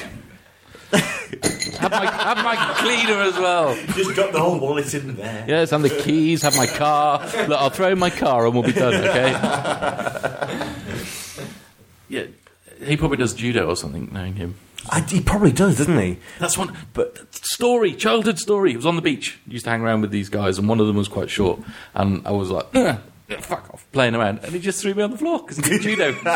S2: have, my, have my cleaner as well.
S4: Just drop the whole wallet in there.
S2: Yes, and the keys, have my car. Look, I'll throw in my car and we'll be done, okay? yeah, he probably does judo or something, knowing him.
S4: I, he probably does, doesn't he?
S2: That's one. But story, childhood story. It was on the beach. Used to hang around with these guys, and one of them was quite short. And I was like, "Ugh, fuck off, playing around. And he just threw me on the floor because he did judo.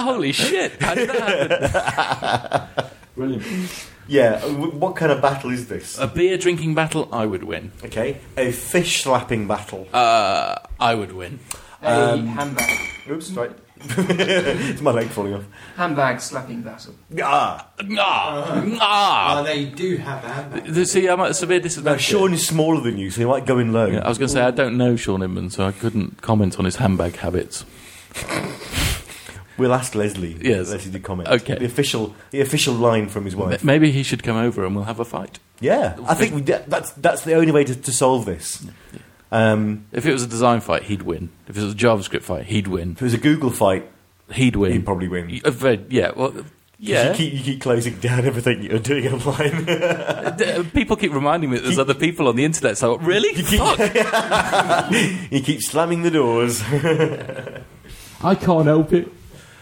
S2: Holy shit! How did that happen?
S4: Brilliant. Yeah, uh, w- what kind of battle is this?
S2: A beer drinking battle, I would win.
S4: Okay, a fish slapping battle.
S2: Uh, I would win.
S5: A handbag,
S4: Oops, right. it's my leg falling off.
S5: handbag slapping battle.
S4: Ah,
S2: Ah, ah.
S3: Uh, they do have handbags.
S2: The- See, I'm at a severe
S4: now
S2: disadvantage.
S4: Sean is smaller than you, so he might go in low.
S2: Yeah, I was going to say I don't know Sean Inman, so I couldn't comment on his handbag habits.
S4: We'll ask Leslie.
S2: Yes.
S4: Leslie to comment.
S2: Okay.
S4: The official, the official line from his
S2: M-
S4: wife.
S2: Maybe he should come over and we'll have a fight.
S4: Yeah, I think we, that- that's that's the only way to, to solve this. Um,
S2: If it was a design fight, he'd win. If it was a JavaScript fight, he'd win.
S4: if it was a Google fight,
S2: He'd win.
S4: he'd probably win.
S2: Y- uh, very- Yeah, well, yeah.
S4: You keep, you keep closing down everything you're doing online.
S2: D- uh, people keep reminding me that there's other people on the internet. So really,
S4: keep-
S2: fuck.
S4: you keep slamming the doors.
S6: I can't help it.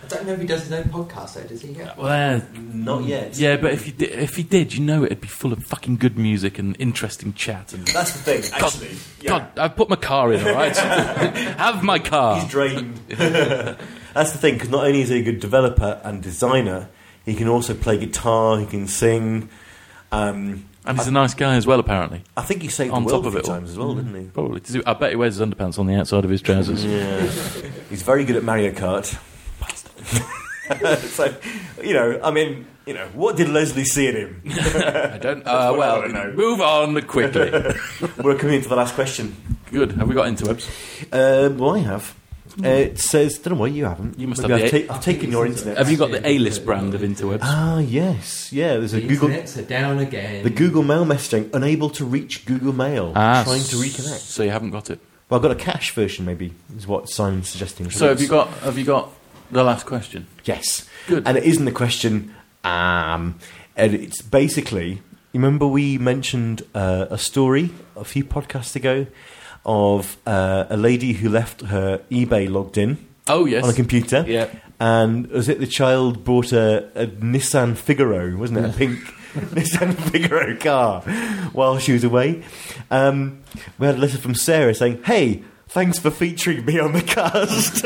S3: I don't know if he does his own podcast though, does he? Yeah.
S2: Well, uh,
S4: Not yet.
S2: yeah, but if you di- if he did, you know it'd be full of fucking good music and interesting chat. And
S4: That's the thing, actually. Yeah.
S2: God, I've put my car in. All right, have my car.
S4: He's drained. That's the thing, because not only is he a good developer and designer, he can also play guitar, he can sing. Um,
S2: And he's a nice guy as well, apparently.
S4: I think he saved
S2: On
S4: the world
S2: top of
S4: a
S2: it
S4: few
S2: all. Mm.
S4: times as well, didn't
S2: Probably. Does he- I bet he wears his underpants on the outside of his trousers.
S4: he? Yeah. He's very good at Mario Kart. so, you know, I mean, you know, what did Leslie see in him?
S2: I don't. Uh,
S4: That's what I
S2: well,
S4: wanna know.
S2: move on quickly.
S4: We're coming into the last question.
S2: Good. Have we got interwebs?
S4: Um, well, I have. Uh, it says, don't know why you haven't.
S2: You must
S4: Maybe
S2: have
S4: I've,
S2: the
S4: ta- I've taken your internet.
S2: Have you got the A-list brand of interwebs?
S4: Ah, yes. Yeah, there's a
S3: The
S4: Google.
S3: internets are down again.
S4: The Google Mail messaging, unable to reach Google Mail, trying to reconnect.
S2: Ah, So you haven't got it.
S4: Well, I've got a cache version, maybe, is what Simon's suggesting.
S2: So have you got? Have you got the last question?
S4: Yes.
S2: Good.
S4: And it isn't a question, um, and it's basically. You remember we mentioned uh, a story a few podcasts ago of uh, a lady who left her eBay logged in
S2: Oh yes.
S4: on a computer,
S2: yeah.
S4: and was it the child bought a, a Nissan Figaro, wasn't it? A pink Nissan Figaro car while she was away. Um, we had a letter from Sarah saying, Hey, thanks for featuring me on the cast.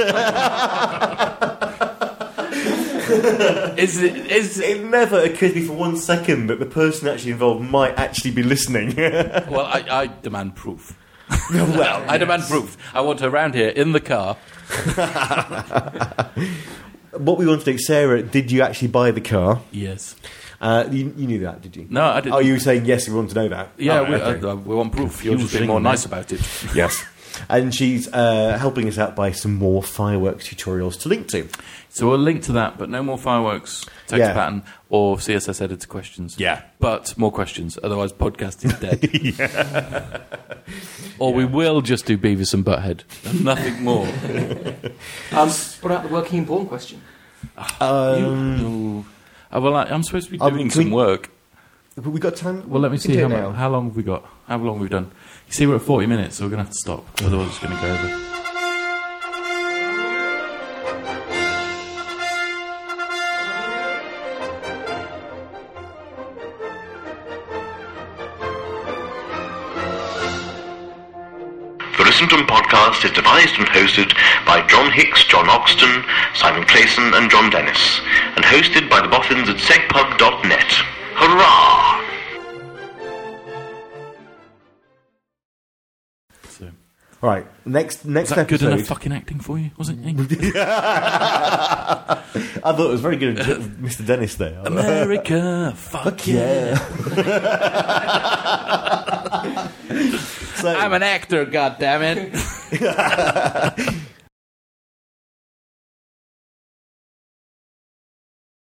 S2: Is it? Is it?
S4: it never occurred to me for one second that the person actually involved might actually be listening.
S2: Well, I, I demand proof.
S4: well,
S2: I demand proof. I want her around here in the car.
S4: what we wanted to do, Sarah, did you actually buy the car?
S2: Yes.
S4: Uh, you, you knew that, did you?
S2: No, I didn't.
S4: Oh, you were saying yes, we want to know that.
S2: Yeah,
S4: Oh,
S2: we,
S4: okay.
S2: uh, uh, we want proof. You're just
S4: Confusing,
S2: being more
S4: man.
S2: nice about it.
S4: yes. And she's uh, helping us out by some more fireworks tutorials to link to.
S2: So we'll link to that, but no more fireworks, text
S4: Yeah.
S2: pattern, or CSS editor questions.
S4: Yeah.
S2: But more questions, otherwise podcast is dead. Or we will just do Beavis and Butthead. and Nothing more.
S5: Um, what about the working important question?
S2: You- Oh, well, I, I'm supposed to be
S4: Are
S2: doing
S4: we- Um, can
S2: some
S4: we-
S2: work.
S4: Have we got time?
S2: Well, let me
S4: We can
S2: see
S4: do
S2: how,
S4: it
S2: mu-
S4: now.
S2: how long have we got. How long we've done. You see, we're at 40 minutes, so we're going to have to stop. Otherwise, it's going to go over.
S1: The Listen to 'em podcast is devised and hosted by John Hicks, John Oxton, Simon Clayson, and John Dennis, and hosted by the boffins at segpub.net. Hurrah!
S2: So.
S4: All right, next next
S2: Was that
S4: episode.
S2: good enough fucking acting for you? Was it? Eh?
S4: I thought it was very good, Mr. Dennis. There,
S2: America, fuck yeah.
S4: so,
S2: I'm an actor, goddammit.